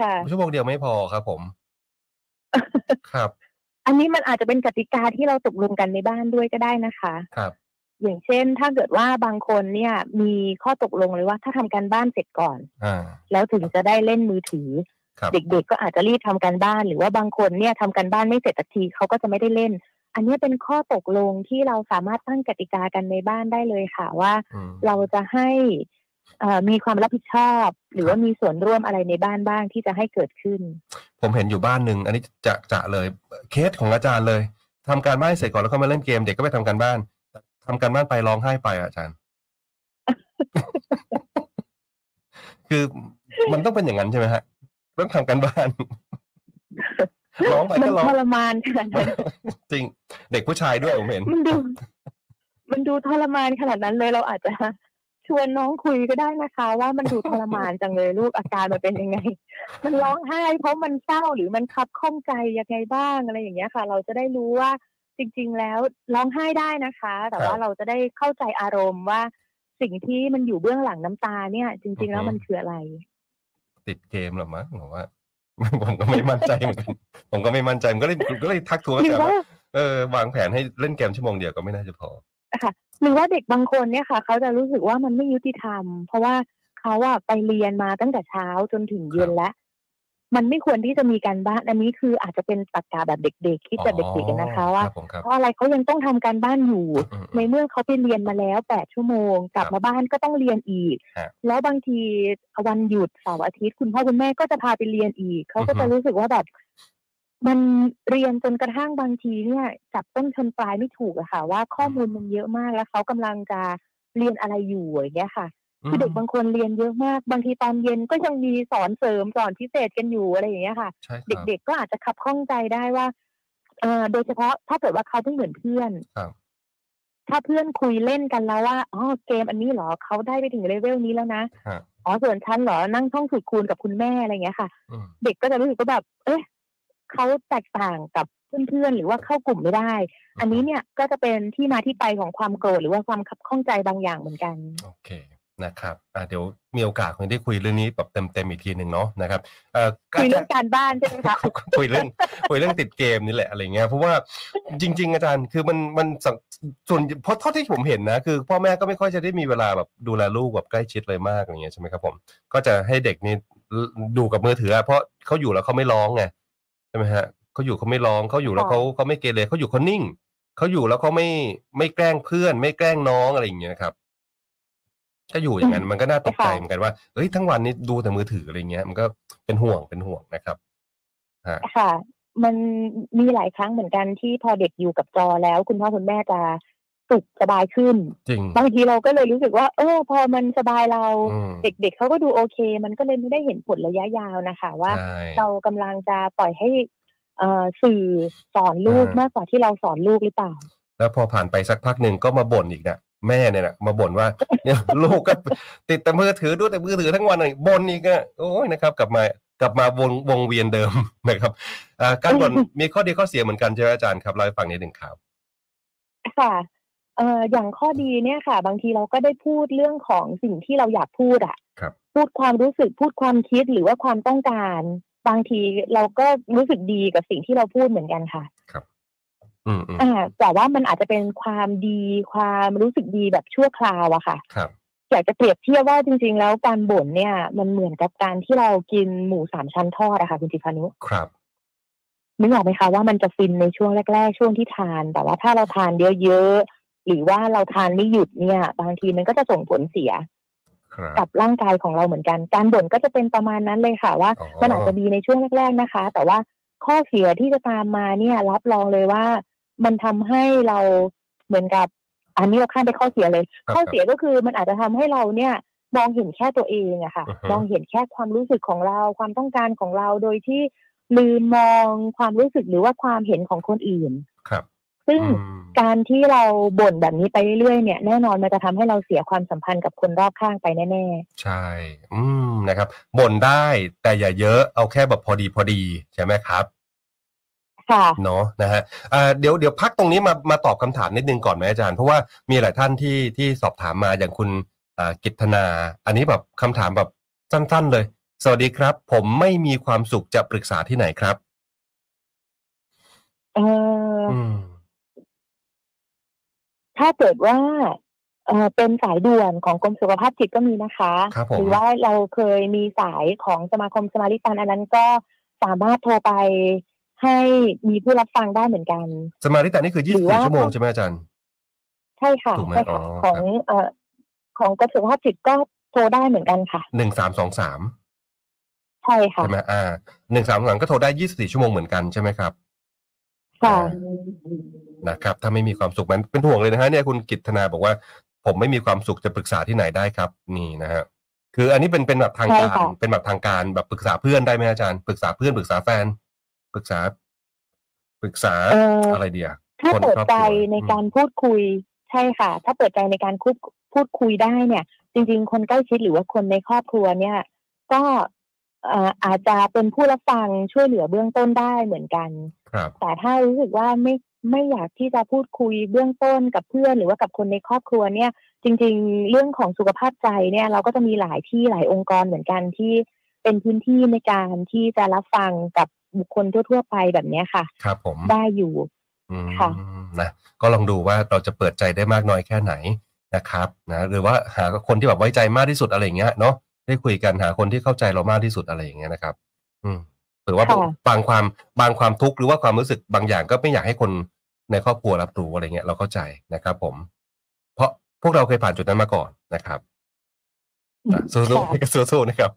Speaker 3: ค่ะ
Speaker 2: ชั่วโมงเดียวไม่พอครับผม ครับ
Speaker 3: อันนี้มันอาจจะเป็นกติกาที่เราตกลงกันในบ้านด้วยก็ได้นะคะ
Speaker 2: ครับ
Speaker 3: อย่างเช่น ถ้าเกิดว่าบางคนเนี่ยมีข้อตกลงเลยว่าถ้าทำการบ้านเสร็จก่อน
Speaker 2: อ่า
Speaker 3: แล้วถึงจะได้เล่นมือถือ
Speaker 2: ครับ
Speaker 3: เด็กๆก็อาจจะรีบทำการบ้าน หรือว่าบางคนเนี่ยทำการบ้านไม่เสร็จสักทีเขาก็จะไม่ได้เล่น อันเนี้ยเป็นข้อตกลงที่เราสามารถตั้งกติกากันในบ้านได้เลยค่ะว่า
Speaker 2: อืม
Speaker 3: เราจะให้เอ่อมีความรับผิดชอบ หรือว่ามีส่วนร่วมอะไรในบ้านบ้างที่จะให้เกิดขึ้น
Speaker 2: ผมเห็นอยู่บ้านหนึ่งอันนี้จะจะเลยเคสของอาจารย์เลยทำการบ้านเสร็จก่อนแล้วก็มาเล่นเกม เด็กก็ไปทำการบ้านทำการบ้านไปร้องไห้ไปอะอา จารย์ คือมันต้องเป็นอย่างนั้นใช่ไหมฮะต้องทำการบ้าน ร้องไป
Speaker 3: มั
Speaker 2: ก็ร้อง
Speaker 3: ทรมานขนาดนั้น
Speaker 2: จริง เด็กผู้ชายด้วยผมเห็น
Speaker 3: มันดู มันดูทรมานขนาดนั้นเลยเราอาจจะชวนน้องคุยก็ได้นะคะ ว่ามันดูทรมานจังเลยลูกอาการมันเป็นยังไง มันร้องไห้ เพราะมันเศร้าหรือมันคับข้องใจยังไงบ้างอะไรอย่างเงี้ยค่ะ เราจะได้รู้ว่าจริง ๆ แล้วร้องไห้ได้นะคะ แต่
Speaker 2: ค
Speaker 3: ว่า
Speaker 2: รับ
Speaker 3: เราจะได้เข้าใจอารมณ์ว่าสิ่งที่มันอยู่เบื้องหลังน้ำตาเนี่ย จริง ๆ แล้ว
Speaker 2: อือฮึ
Speaker 3: มันคืออะไร
Speaker 2: ติดเกมเหรอมั้งผมว่า ผมก็ไม่มั่นใจเหมือนกันผมก็ไม่มั่นใจผมก็เลยผมก็เลยทักทวง
Speaker 3: ห
Speaker 2: อา
Speaker 3: รือ
Speaker 2: จารย์
Speaker 3: ว่า
Speaker 2: ว่าเออวางแผนให้เล่นเกมชั่วโมงเดียวก็ไม่น่าจะพอ
Speaker 3: หรือว่าเด็กบางคนเนี่ยค่ะ เขาจะรู้สึกว่ามันไม่ยุติธรรม เพราะว่าเขาอะไปเรียนมาตั้งแต่เช้าจนถึงเย็นแล้ว มันไม่ควรที่จะมีการบ้านอันนี้คืออาจจะเป็นตรรกะแบบเด็กๆคิดแบบเด็กๆอะนะคะว่า
Speaker 2: อ๋อรับผมครับ
Speaker 3: เพราะอะไรเขายังต้องทำการบ้านอยู่
Speaker 2: อืม
Speaker 3: ในเมื่อเขาไปเรียนมาแล้วแปดชั่วโมง กลับ
Speaker 2: ครับ
Speaker 3: มาบ้านก็ต้องเรียนอีก
Speaker 2: ฮะ
Speaker 3: แล้วบางทีวันหยุดเสาร์อาทิตย์คุณพ่อคุณแม่ก็จะพาไปเรียนอีก เขาก็
Speaker 2: อือฮึ
Speaker 3: จะรู้สึกว่าแบบ มันเรียนจนกระทั่งบางทีเนี่ยจับต้นชนปลายไม่ถูกอะค่ะ ว่าข้อมูลมันเยอะมากแล้วเขากำลังจะเรียนอะไรอยู่อย่างเงี้ยค่ะ
Speaker 2: อืม
Speaker 3: คือเด็กบางคนเรียนเยอะมาก บางทีตอนเย็นก็ยังมีสอนเสริมสอนพิเศษกันอยู่อะไรอย่างเงี้ยค่ะ
Speaker 2: ใช่ครับ
Speaker 3: เด็กๆ ก็อาจจะขับข้องใจได้ว่าเอ่อโดยเฉพาะถ้าเกิดว่าเขาไม่เหมือนเพื่อน
Speaker 2: ครับ
Speaker 3: ถ้าเพื่อนคุยเล่นกันแล้วว่า อ๋อ เกมอันนี้เหรอ เขาได้ไปถึงเลเวลนี้แล้วนะ
Speaker 2: ฮะ
Speaker 3: อ๋อ ส่วนฉันเหรอ นั่งท่องสูตรคูณกับคุณแม่อะไรอย่างเงี้ยค่ะ
Speaker 2: อืม
Speaker 3: เด็กก็จะรู้สึกว่าแบบ เอ๊ะเขาแตกต่างกับเพื่อนๆ หรือว่าเข้ากลุ่มไม่ได้ อันนี้เนี่ยก็จะเป็นที่มาที่ไปของความโกรธหรือว่าความขับข้องใจบางอย่างเหมือนกัน
Speaker 2: โอเคนะครับอ่ะเดี๋ยวมีโอกาสคงได้คุยเรื่องนี้แบบเต็มๆอีกทีหนึ่งเนาะนะครับเอ่อ
Speaker 3: คุยเรื่องการบ้านใช่ไหมคะ
Speaker 2: คุยเรื่องคุยเรื่องติดเกมนี่แหละอะไรเงี้ยเพราะว่าจริง ๆ อาจารย์คือมันมันสังส่วนเพราะเท่าที่ผมเห็นนะคือพ่อแม่ก็ไม่ค่อยจะได้มีเวลาแบบดูแลลูกแบบใกล้ชิดเลยมากอะไรเงี้ยใช่ไหมครับผมก็จะให้เด็กนี่ดูกับมือถืออะเพราะเขาอยู่แล้วเขาไม่ร้องไงใช่ไหมฮะเขาอยู่เขาไม่ร้องเขาอยู่แล้วเขาเขาไม่เกเรเขาอยู่เขานิ่งเขาอยู่แล้วเขาไม่ไม่แกล้งเพื่อน ไม่แกล้งน้องอะไรอย่างเงี้ยครับ ถ้าอยู่อย่างนั้นมันก็น่าตกใจ
Speaker 3: ค่ะ
Speaker 2: เหมือนกันว่าเอ้ยทั้งวันนี้ดูแต่มือถืออะไรเงี้ย มันก็เป็นห่วงเป็นห่วงนะครับ
Speaker 3: ค่ะ มันมีหลายครั้งเหมือนกันที่พอเด็กอยู่กับจอแล้ว คุณพ่อคุณแม่จะสุขสบายขึ้น
Speaker 2: จริง
Speaker 3: บางทีเราก็เลยรู้สึกว่า เออ พอมันสบายเรา
Speaker 2: อืม
Speaker 3: เด็กๆเขาก็ดูโอเค มันก็เลยไม่ได้เห็นผลระยะยาวนะคะ ว่า
Speaker 2: ใช่
Speaker 3: เรากำลังจะปล่อยให้เอ่อสื่อสอนลูกมากกว่าที่เราสอนลูกหรือเปล่า
Speaker 2: แล้วพอผ่านไปสักพักหนึ่งก็มาบ่นอีกนะแม่เนี่ยนะมาบ่นว่า เนี่ยลูกก็ติดแต่มือถือดูแต่มือถือทั้งวันเลยบ่นอีกอะโอ้ยนะครับ กลับมากลับมาวงวงเวียนเดิม นะครับอ่าการบ่นมีข้อดีข้อเสียเหมือนกันใช่ไหมอาจารย์ครับเล่าให้ฟังนิดหนึ่งครับ
Speaker 3: ค่ะเอ่ออย่างข้อดีเนี่ยค่ะ บางทีเราก็ได้พูดเรื่องของสิ่งที่เราอยากพูดอะ
Speaker 2: ครับ
Speaker 3: พูดความรู้สึกพูดความคิดหรือว่าความต้องการ บางทีเราก็รู้สึกดีกับสิ่งที่เราพูดเหมือนกันค่ะ
Speaker 2: อืมอืม
Speaker 3: อ่า แต่ว่ามันอาจจะเป็นความดีความรู้สึกดีแบบชั่วคราวอะค่ะ
Speaker 2: ครับ
Speaker 3: อยากจะเปรียบเทียบว่าจริง ๆ แล้วการบ่นเนี่ย มันเหมือนกับการที่เรากินหมูสามชั้นทอดอะค่ะคุณจิพานุ
Speaker 2: ครับ
Speaker 3: นึกออกไหมคะว่ามันจะฟินในช่วงแรก ๆ ช่วงที่ทาน แต่ว่าถ้าเราทานเยอะๆหรือว่าเราทานไม่หยุดเนี่ย บางทีมันก็จะส่งผลเสีย
Speaker 2: ครับ
Speaker 3: กับร่างกายของเราเหมือนกัน การบ่นก็จะเป็นประมาณนั้นเลยค่ะว่า
Speaker 2: อ๋อ
Speaker 3: มันอาจจะดีในช่วงแรก ๆนะคะ แต่ว่าข้อเสียที่จะตามมาเนี่ย รับรองเลยว่า มันทำให้เราเหมือนกับ อันนี้เราข้ามไปข้อเสียเลย
Speaker 2: ครับ
Speaker 3: ข้อเสียก็คือมันอาจจะทำให้เราเนี่ย มองเห็นแค่ตัวเองอะค่ะ
Speaker 2: อือฮึ
Speaker 3: มองเห็นแค่ความรู้สึกของเราความต้องการของเราโดยที่ลืมมองความรู้สึกหรือว่าความเห็นของคนอื่น
Speaker 2: ครับ
Speaker 3: ซึ่ง
Speaker 2: อืม
Speaker 3: การที่เราบ่นแบบนี้ไปเรื่อยๆเนี่ยแน่นอนมันจะทำให้เราเสียความสัมพันธ์กับคนรอบข้างไปแน่
Speaker 2: ใช่ อืมนะครับบ่นได้แต่อย่าเยอะเอาแค่แบบพอดีพอดีใช่ไหมครับ
Speaker 3: ๆค่ะ
Speaker 2: เนาะนะฮะอ่าเดี๋ยวเดี๋ยวพักตรงนี้มามาตอบคำถามนิดนึงก่อนไหมอาจารย์ เพราะว่ามีหลายท่านที่ที่สอบถามมาอย่างคุณอ่ากิตนา อันนี้แบบคำถามแบบสั้นๆเลย สวัสดีครับ ผมไม่มีความสุขจะปรึกษาที่ไหนครับ
Speaker 3: เออ
Speaker 2: อืม
Speaker 3: ถ้าเกิดว่าเออเป็นสายด่วนของกรมสุขภาพจิตก็มีนะคะ
Speaker 2: ครับผ
Speaker 3: ห
Speaker 2: ม
Speaker 3: รือว่าเราเคยมีสายของสมาคมสมาริการอันนั้นก็สามารถโทรไปให้มีผู้รับฟังได้เหมือนกัน
Speaker 2: สมาธิแต่นี่คือ
Speaker 3: หรือว่า
Speaker 2: 24 ชั่วโมงใช่ไหมอาจารย์
Speaker 3: ใช่ค่ะ
Speaker 2: ถูกไหม
Speaker 3: ใช่ค่ะ
Speaker 2: อ๋อ
Speaker 3: ของเอ่อของกรมสุขภาพจิตก็โทรได้เหมือนกันค่ะ
Speaker 2: หนึ่งสามสองสาม
Speaker 3: ใช่ค่ะ
Speaker 2: ใช่ไหมอ่าหนึ่งสามสามก็โทรได้ 24 ชั่วโมงเหมือนกันใช่ไหมครับ
Speaker 3: ค่ะ
Speaker 2: นะครับ ถ้าไม่มีความสุขมันเป็นห่วงเลยนะฮะเนี่ยคุณกิตนาบอกว่า ผมไม่มีความสุขจะปรึกษาที่ไหนได้ครับ นี่นะฮะคืออันนี้เป็นเป็นแบบทางการ
Speaker 3: ใช่ค่ะ
Speaker 2: เป็นแบบทางการแบบปรึกษาเพื่อนได้ไหมอาจารย์ปรึกษาเพื่อนปรึกษาแฟน ปรึกษา ปรึกษา
Speaker 3: เอ่ออ
Speaker 2: อะไรเดีย
Speaker 3: ถ้า
Speaker 2: คน
Speaker 3: เปิด
Speaker 2: ครอบครัว
Speaker 3: ใจในการพูดคุยใช่ค่ะ ถ้าเปิดใจในการคุยพูดคุยได้เนี่ย จริง ๆ คนใกล้ชิดหรือว่าคนในครอบครัวเนี่ย ก็เอ่ออาจจะเป็นผู้รับฟังช่วยเหลือเบื้องต้นได้เหมือนกัน
Speaker 2: ครับ
Speaker 3: แต่ถ้ารู้สึกว่าไม่ไม่อยากที่จะพูดคุยเบื้องต้นกับเพื่อน หรือว่ากับคนในครอบครัวเนี่ย จริง ๆ เรื่องของสุขภาพใจเนี่ย เราก็จะมีหลายที่หลายองค์กรเหมือนกันที่เป็นพื้นที่ในการที่จะรับฟังกับบุคคลทั่ว ๆ ไปแบบเนี้ยค่ะ
Speaker 2: ครับผม
Speaker 3: ได้อยู่
Speaker 2: อืม
Speaker 3: ค่ะ
Speaker 2: นะก็ลองดูว่าเราจะเปิดใจได้มากน้อยแค่ไหนนะครับนะหรือว่าหาคนที่แบบไว้ใจมากที่สุดอะไรอย่างเงี้ยเนาะได้คุยกันหาคนที่เข้าใจเรามากที่สุดอะไรอย่างเงี้ยนะครับ อืมหรือว่า
Speaker 3: ค่ะ
Speaker 2: บางความบางความทุกข์หรือว่าความรู้สึกบางอย่างก็ไม่อยากให้คนในครอบครัวรับรู้อะไรเงี้ยเราเข้าใจนะครับ ผม เพราะพวกเราเคยผ่านจุดนั้นมาก่อนนะครับอ่ะสู้
Speaker 3: ค่ะ
Speaker 2: ๆสู้ๆนะครับ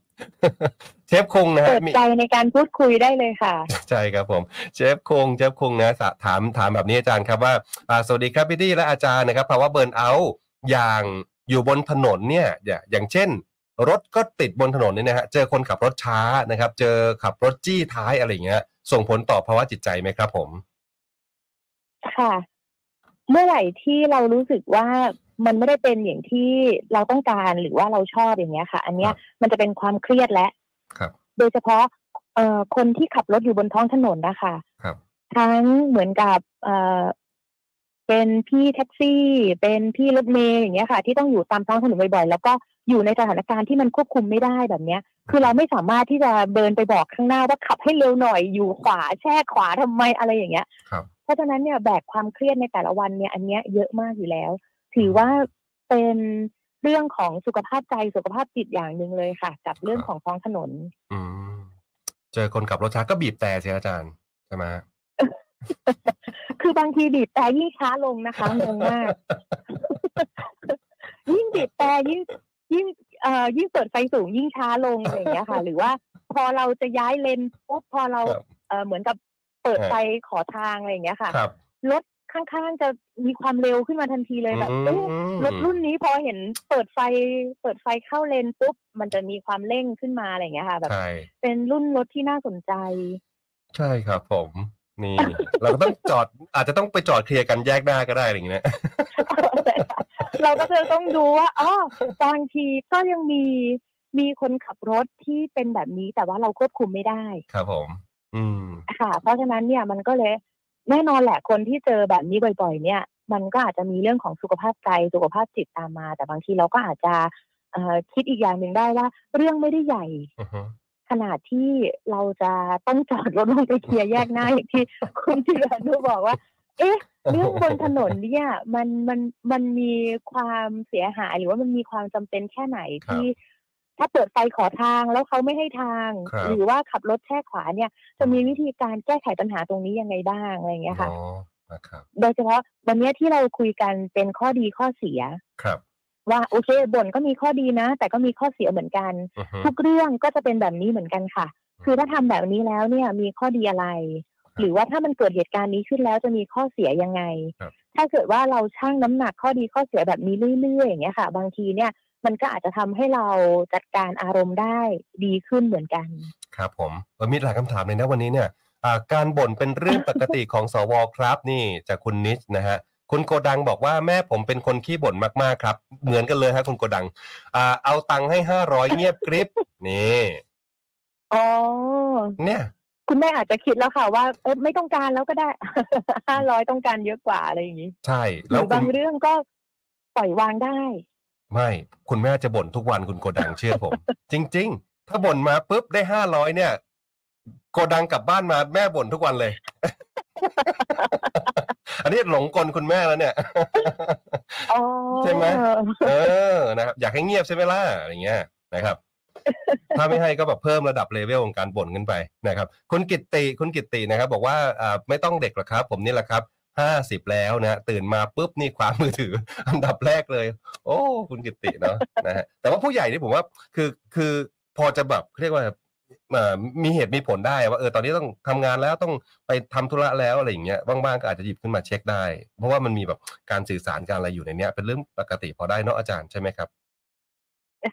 Speaker 2: เชฟคงนะฮะ
Speaker 3: เปิด
Speaker 2: มี
Speaker 3: ใจในการพูดคุยได้เลยค่ะ
Speaker 2: ใช่ครับผมเชฟคงเชฟคงนะสะถามถามแบบนี้อาจารย์ครับว่าอ่าสวัสดีครับพี่ดี้และอาจารย์นะครับภาวะเบิร์นเอาท์อย่างอยู่บนถนนเนี่ยอย่าอย่างเช่น รถก็ติดบนถนนเนี่ยนะฮะเจอคนขับรถช้านะครับ เจอขับรถจี้ท้ายอะไรอย่างเงี้ย ส่งผลต่อภาวะจิตใจไหมครับ ผม
Speaker 3: ค่ะ เมื่อไหร่ที่เรารู้สึกว่ามันไม่ได้เป็นอย่างที่เราต้องการหรือว่าเราชอบอย่างเงี้ยค่ะ อันเนี้ยมันจะเป็นความเครียดและ
Speaker 2: ครับ
Speaker 3: โดยเฉพาะเอ่อคนที่ขับรถอยู่บนท้องถนนนะคะ
Speaker 2: ครับ
Speaker 3: ทั้งเหมือนกับเอ่อเป็นพี่แท็กซี่ เป็นพี่รถเมย์อย่างเงี้ยค่ะ ที่ต้องอยู่ตามท้องถนนบ่อยๆ แล้วก็อยู่ในสถานการณ์ที่มันควบคุมไม่ได้แบบเนี้ย คือเราไม่สามารถที่จะเดินไปบอกข้างหน้าว่าขับให้เร็วหน่อยอยู่ขวาแช่ขวาทำไมอะไรอย่างเงี้ย
Speaker 2: ครับ
Speaker 3: เพราะฉะนั้นเนี่ยแบกความเครียดในแต่ละวันเนี่ยอันเนี้ยเยอะมากอยู่แล้ว ถือว่าเป็นเรื่องของสุขภาพใจสุขภาพจิตอย่างหนึ่งเลยค่ะ กับเรื่องของท้องถนน
Speaker 2: อืมเจอคนขับรถช้าก็บีบแต่สิอาจารย์ใช่ไหมฮะ
Speaker 3: คือบางทีบีบแต่ยิ่งช้าลงนะคะงงมาก ยิ่งบีบแต่ยิ่งยิ่งเอ่อยิ่งเปิดไฟสูงยิ่งช้าลงอะไรอย่างเงี้ยค่ะ หรือว่าพอเราจะย้ายเลนปุ๊บพอเรา
Speaker 2: ครับ
Speaker 3: เอ่อเหมือนกับเปิด
Speaker 2: ฮะ
Speaker 3: ไฟขอทางอะไรอย่างเงี้ยค่ะ
Speaker 2: ครับ
Speaker 3: รถข้างๆจะมีความเร็วขึ้นมาทันทีเลยแบบ
Speaker 2: อืม
Speaker 3: เอ๊ะ รถรุ่นนี้พอเห็นเปิดไฟเปิดไฟเข้าเลนปุ๊บมันจะมีความเร่งขึ้นมาอะไรอย่างเงี้ยค่ะ แบบ
Speaker 2: ใช่
Speaker 3: เป็นรุ่นรถที่น่าสนใจ
Speaker 2: ใช่ครับผม นี่ เราก็ต้องจอดอาจจะต้องไปจอดเคลียร์กันแยกหน้าก็ได้อะไรอย่างเงี้ย
Speaker 3: เราก็จะต้องดูว่าอ๋อบางทีก็ยังมีมีคนขับรถที่เป็นแบบนี้แต่ว่าเราควบคุมไม่ได้
Speaker 2: ครับผม อืม
Speaker 3: ค่ะ เพราะฉะนั้นเนี่ยมันก็เลยแน่นอนแหละคนที่เจอแบบนี้บ่อย ๆ เนี่ย มันก็อาจจะมีเรื่องของสุขภาพใจสุขภาพจิตตามมา แต่บางทีเราก็อาจจะเอ่อคิดอีกอย่างหนึ่งได้ว่า เรื่องไม่ได้ใหญ่
Speaker 2: อือฮึ
Speaker 3: ขนาดที่เราจะต้องจอดรถลงไปเคลียร์แยกหน้า อย่างที่คุณจิรานุบอกว่า เอ๊ะ เรื่อง บนถนนเนี่ยมันมันมันมีความเสียหายหรือว่ามันมีความจำเป็นแค่ไหนที่ ถ้าเปิดไฟขอทางแล้วเขาไม่ให้ทาง
Speaker 2: ครับ
Speaker 3: หรือว่าขับรถแช่ขวาเนี่ย จะมีวิธีการแก้ไขปัญหาตรงนี้ยังไงบ้างอะไรอย่างเงี้ยค่ะ
Speaker 2: อ๋อนะครับ
Speaker 3: โดยเฉพาะวันเนี้ยที่เราคุยกันเป็นข้อดีข้อเสีย
Speaker 2: ครับ
Speaker 3: ว่าโอเคบ่นก็มีข้อดีนะ แต่ก็มีข้อเสียเหมือนกัน
Speaker 2: อือฮึ
Speaker 3: ทุกเรื่องก็จะเป็นแบบนี้เหมือนกันค่ะ คือถ้าทำแบบนี้แล้วเนี่ยมีข้อดีอะไร
Speaker 2: ครับ
Speaker 3: หรือว่าถ้ามันเกิดเหตุการณ์นี้ขึ้นแล้วจะมีข้อเสียยังไง
Speaker 2: ครับ
Speaker 3: ถ้าเกิดว่าเราชั่งน้ำหนักข้อดีข้อเสียแบบนี้เรื่อยๆอย่างเงี้ยค่ะ บางทีเนี่ยมันก็อาจจะทำให้เราจัดการอารมณ์ได้ดีขึ้นเหมือนกัน
Speaker 2: ครับผมเออมีหลายคำถามเลยนะวันนี้เนี่ยอ่าการบ่นเป็นเรื่องปกติของสวครับนี่จากคุณนิชนะฮะ คุณโกดังบอกว่าแม่ผมเป็นคนขี้บ่นมากๆครับ เหมือนกันเลยฮะคุณโกดังอ่าเอาตังค์ให้ห้าร้อยเงียบกริบนี่
Speaker 3: อ๋อ
Speaker 2: เนี่ย
Speaker 3: คุณแม่อาจจะคิดแล้วค่ะว่าเออไม่ต้องการแล้วก็ ได้ ห้าร้อยต้องการเยอะกว่าอะไรอย่างนี้
Speaker 2: ใช่
Speaker 3: ห
Speaker 2: แล้
Speaker 3: รื
Speaker 2: ว
Speaker 3: อ
Speaker 2: คุ
Speaker 3: บาง
Speaker 2: ณ
Speaker 3: เรื่องก็ปล่อยวางได้
Speaker 2: ไม่คุณแม่จะบ่นทุกวันคุณโกดังเชื่อผม จริง ๆ ถ้าบ่นมาปุ๊บได้ห้าร้อยเนี่ย โกดังกลับบ้านมาแม่บ่นทุกวันเลย อันนี้หลงกลคุณแม่แล้วเนี่ย
Speaker 3: อ๋อ
Speaker 2: ใช่ไหม เออนะครับอยากให้เงียบใช่ไหมล่ะอะไรเงี้ยนะครับ ถ้าไม่ให้ก็แบบเพิ่มระดับเลเวลของการบ่นขึ้นไปนะครับ คุณกิตติคุณกิตตินะครับ บอกว่าอ่าไม่ต้องเด็กหรอกครับ ผมนี่แหละครับห้าสิบแล้วนะตื่นมาปุ๊บนี่คว้ามือถือ อันดับแรกเลย โอ้คุณกิตติเนาะ นะฮะแต่ว่าผู้ใหญ่นี่ผมว่าคือคือพอจะแบบเรียกว่าเอ่อมีเหตุมีผลได้ว่าเออตอนนี้ต้องทำงานแล้วต้องไปทำธุระแล้วอะไรอย่างเงี้ยบ้างๆก็อาจจะหยิบขึ้นมาเช็คได้ เพราะว่ามันมีแบบการสื่อสารการอะไรอยู่ในเนี้ยเป็นเรื่องปกติพอได้เนาะอาจารย์ใช่ไหมครับ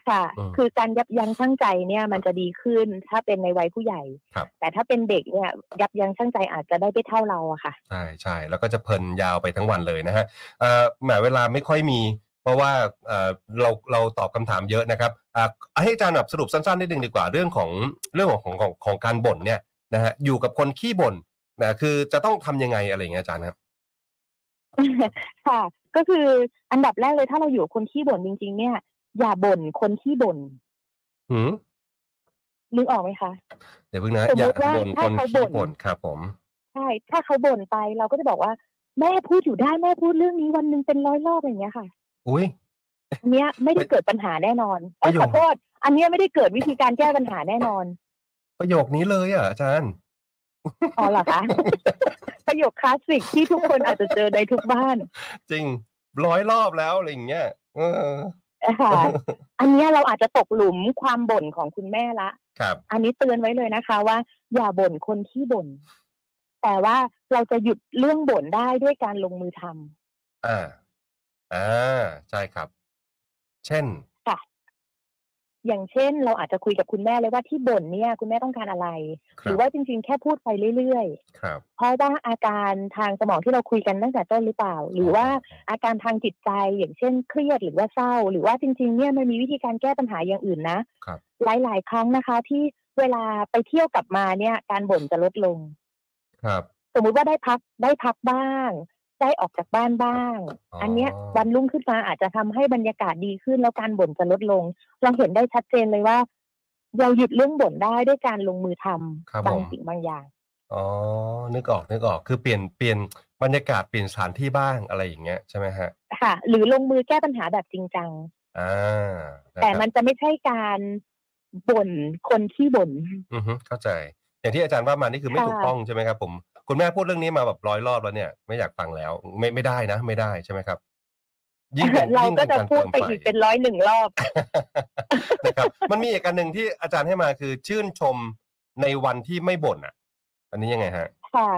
Speaker 3: ค่ะ
Speaker 2: อืม
Speaker 3: คือการยับยั้งชั่งใจเนี่ย มันจะดีขึ้นถ้าเป็นในวัยผู้ใหญ่
Speaker 2: ครับ
Speaker 3: แต่ถ้าเป็นเด็กเนี่ย ยับยั้งชั่งใจอาจจะได้ไม่เท่าเราอะค่ะ
Speaker 2: ใช่ใช่แล้วก็จะเพลินยาวไปทั้งวันเลยนะฮะเอ่อแหมเวลาไม่ค่อยมี เพราะว่าเอ่อเราเราตอบคำถามเยอะนะครับอ่ะให้อาจารย์แบบสรุปสั้นๆนิดนึงดีกว่าเรื่องของเรื่องของของของของการบ่นเนี่ยนะฮะอยู่กับคนขี้บ่นนะคือจะต้องทำยังไงอะไรอย่างเงี้ยอาจารย์ครับ
Speaker 3: ค่ะ ก็คืออันดับแรกเลยถ้าเราอยู่กับคนที่บ่นจริง ๆ เนี่ย อย่าบ่นคนที่บ่น
Speaker 2: หืม
Speaker 3: นึกออกไหมคะ
Speaker 2: เดี๋ยวเพิ่งนะ
Speaker 3: สม
Speaker 2: อย่า
Speaker 3: มุติว่า
Speaker 2: บ่นค
Speaker 3: ถ้าน เขาบ่
Speaker 2: ขี้
Speaker 3: น
Speaker 2: บ่นครับผม
Speaker 3: ใช่ถ้าเขาบ่นไปเราก็จะบอกว่า แม่พูดอยู่ได้แม่พูดเรื่องนี้วันหนึ่งเป็นร้อยรอบอย่างเงี้ยค่ะ
Speaker 2: อุ้ย
Speaker 3: อันเนี้ยไม่ได้เกิดปัญหาแน่นอนเอ้
Speaker 2: ประ
Speaker 3: ย
Speaker 2: โย
Speaker 3: ข
Speaker 2: ค
Speaker 3: อโทษอันเนี้ยไม่ได้เกิดวิธีการแก้ปัญหาแน่นอน
Speaker 2: ประโยคนี้เลยอ่ะอาจารย์
Speaker 3: อ๋อเหรอคะ ประโยคคลาสสิกที่ทุกคนอาจจะเจอในทุกบ้าน
Speaker 2: จริงร้อยรอบแล้วอะไรอย่างเงี้ยเออ
Speaker 3: นะคะอันเนี้ยเราอาจจะตกหลุมความบ่นของคุณแม่ละ
Speaker 2: ครับ
Speaker 3: อันนี้เตือนไว้เลยนะคะ ว่า อย่าบ่นคนที่บ่นแต่ว่าเราจะหยุดเรื่องบ่นได้ด้วยการลงมือทำ
Speaker 2: อ่า อ่า ใช่ครับ เช่น
Speaker 3: อย่างเช่น เราอาจจะคุยกับคุณแม่เลยว่าที่บ่นเนี่ย คุณแม่ต้องการอะไร
Speaker 2: ค
Speaker 3: ห
Speaker 2: รั
Speaker 3: รื
Speaker 2: บ
Speaker 3: อว่าจริงๆ แค่พูดไปเรื่อย
Speaker 2: ครับ
Speaker 3: ๆ เพราะว่าอาการทางสมองที่เราคุยกันตั้งแต่ต้นหรือเปล่า หรือว่าอาการทางจิตใจอย่างเช่น เครียดหรือว่าเศร้า หรือว่าจริง ๆ เนี่ยมันมีวิธีการแก้ปัญหาอย่างอื่นนะครับ หลายๆ ครั้งนะคะ ที่เวลาไปเที่ยวกลับมาเนี่ย การบ่นจะลดลง
Speaker 2: ครับ
Speaker 3: สมมุติว่าได้พักได้พักบ้าง ได้ออกจากบ้านบ้าง อันเนี้ยวันรุ่งขึ้นมาอาจจะทำให้บรรยากาศดีขึ้นแล้วการบ่นจะลดลง เราเห็นได้ชัดเจนเลยว่า เราหยุดเรื่องบ่นได้ด้วยการลงมือทำ
Speaker 2: ครับผ
Speaker 3: บาง
Speaker 2: ม
Speaker 3: สิ่งบางอย่าง
Speaker 2: อ๋อ นึกออก นึกออก คือเปลี่ยน เปลี่ยนบรรยากาศ เปลี่ยนสถานที่บ้าง อะไรอย่างเงี้ย ใช่ไหมฮะ
Speaker 3: ค่ะ หรือลงมือแก้ปัญหาแบบจริงจัง
Speaker 2: อ่าะครับ
Speaker 3: แต่มันจะไม่ใช่การบ่นคนที่บ่น
Speaker 2: อือฮึเข้าใจ อย่างที่อาจารย์ว่ามา นี่คือไม่
Speaker 3: ค่ะ
Speaker 2: ถูกต้องใช่ไหมครับผม คุณแม่พูดเรื่องนี้มาแบบร้อยรอบแล้วเนี่ย ไม่อยากฟังแล้ว ไม่ ไม่ได้นะ ไม่ได้ใช่ไหมครับ ยิ่งป็น
Speaker 3: เรา
Speaker 2: ยิ่ง
Speaker 3: ก็
Speaker 2: น
Speaker 3: จะ
Speaker 2: ร
Speaker 3: พูด
Speaker 2: ติม
Speaker 3: ไปอีกเป็นร้อยหนึ่งรอบ
Speaker 2: นะครับมันมีอีกอันหนึ่งที่อาจารย์ให้มาคือชื่นชมในวันที่ไม่บ่นอ่ะ อันนี้ยังไงฮะ
Speaker 3: ค่ะ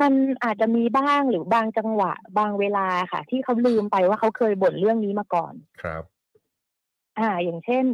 Speaker 3: มันอาจจะมีบ้างหรือบางจังหวะ บางเวลาค่ะ ที่เขาลืมไปว่าเขาเคยบ่นเรื่องนี้มาก่อน
Speaker 2: ครับ
Speaker 3: อ่า อย่างเช่น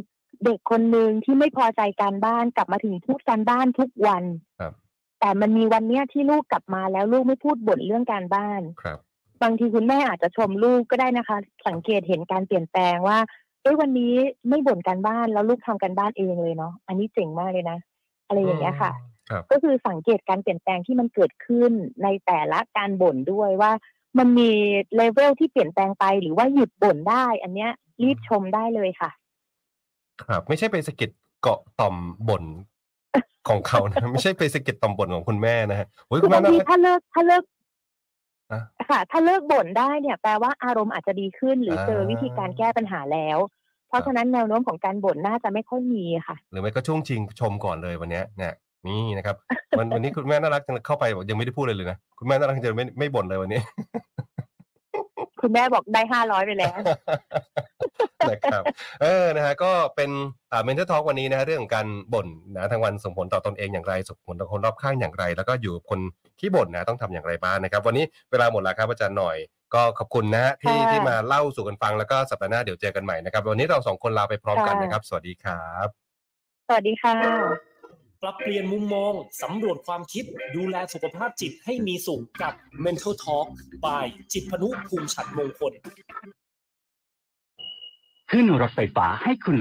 Speaker 3: เด็กคนหนึ่งที่ไม่พอใจการบ้านกลับมาถึงพูดการบ้านทุกวัน
Speaker 2: ครับ
Speaker 3: แต่มันมีวันเนี้ยที่ลูกกลับมาแล้วลูกไม่พูดบ่นเรื่องการบ้าน
Speaker 2: ครับ
Speaker 3: บางทีคุณแม่อาจจะชมลูกก็ได้นะคะ สังเกตเห็นการเปลี่ยนแปลงว่าเอ้ยวันนี้ไม่บ่นการบ้านแล้วลูกทำการบ้านเองเลยเนาะอันนี้เจ๋งมากเลยนะอะไรอย่างเงี้ยค่ะ
Speaker 2: ครับ
Speaker 3: ก็คือสังเกตการเปลี่ยนแปลงที่มันเกิดขึ้นในแต่ละการบ่นด้วยว่า มันมีเลเวลที่เปลี่ยนแปลงไปหรือว่าหยุดบ่นได้ อันเนี้ยรีบชมได้เลยค่ะ
Speaker 2: ครับ ไม่ใช่ไปสะกิดเกาะต่อมบ่นของเขานะ ไม่ใช่ไปสะกิดต่อมบ่นของคุณแม่นะฮะโอ้ย
Speaker 3: คื
Speaker 2: คุณ
Speaker 3: อ
Speaker 2: แม่
Speaker 3: บาง
Speaker 2: น่า
Speaker 3: ที
Speaker 2: รัก
Speaker 3: ถ้าเลิกถ้าเลิก
Speaker 2: อ่ะ
Speaker 3: ค่ะ ถ้าเลิกบ่นได้เนี่ย แปลว่าอารมณ์อาจจะดีขึ้น หรือเจอวิธีการแก้ปัญหาแล้ว เพ
Speaker 2: ครั
Speaker 3: ราะ
Speaker 2: บ
Speaker 3: ฉะนั้นแนวโน้มของการบ่นน่าจะไม่ค่อยมีค่ะ
Speaker 2: หรือไม่ก็ช่วงชิงชมก่อนเลยวันเนี้ยเนี่ยนี่นะครับวันวันนี้คุณแม่น่ารักจังเลยเข้าไปบอกยังไม่ได้พูดเลยเลยนะคุณแม่น่ารักจังเลยไม่ไม่บ่นเลยวันนี้
Speaker 3: คุณแม่บอกได้ห้าร้อยไปแล้ว
Speaker 2: นะครับเออนะฮะก็เป็นอ่าเมนเทอร์ทอวันนี้นะฮะเรื่องของการบ่นนะทางวันส่งผลต่อตนเองอย่างไรส่งผลต่อคนรอบข้างอย่างไร แล้วก็อยู่กับคนที่บ่นนะต้องทำอย่างไรบ้างนะครับ วันนี้เวลาหมดแล้วครับอาจารย์หน่อย ก็ขอบคุณนะฮะที่
Speaker 3: ค่ะ
Speaker 2: ที่มาเล่าสู่กันฟังแล้วก็สัปดาห์หน้าเดี๋ยวเจอกันใหม่นะครับ วันนี้เราสองคนลาไปพร้อมกัน
Speaker 3: ค่ะ
Speaker 2: นะครับ สวัสดีครับ
Speaker 3: สวัสดีค่ะ
Speaker 1: ไป ปรับเปลี่ยนมุมมอง สำรวจความคิด ดูแลสุขภาพจิตให้มีสุขกับ Mental Talk by จิตพนุภูมิฉันมงคล
Speaker 4: ขึ้นรถไฟฟ้าให้คุณ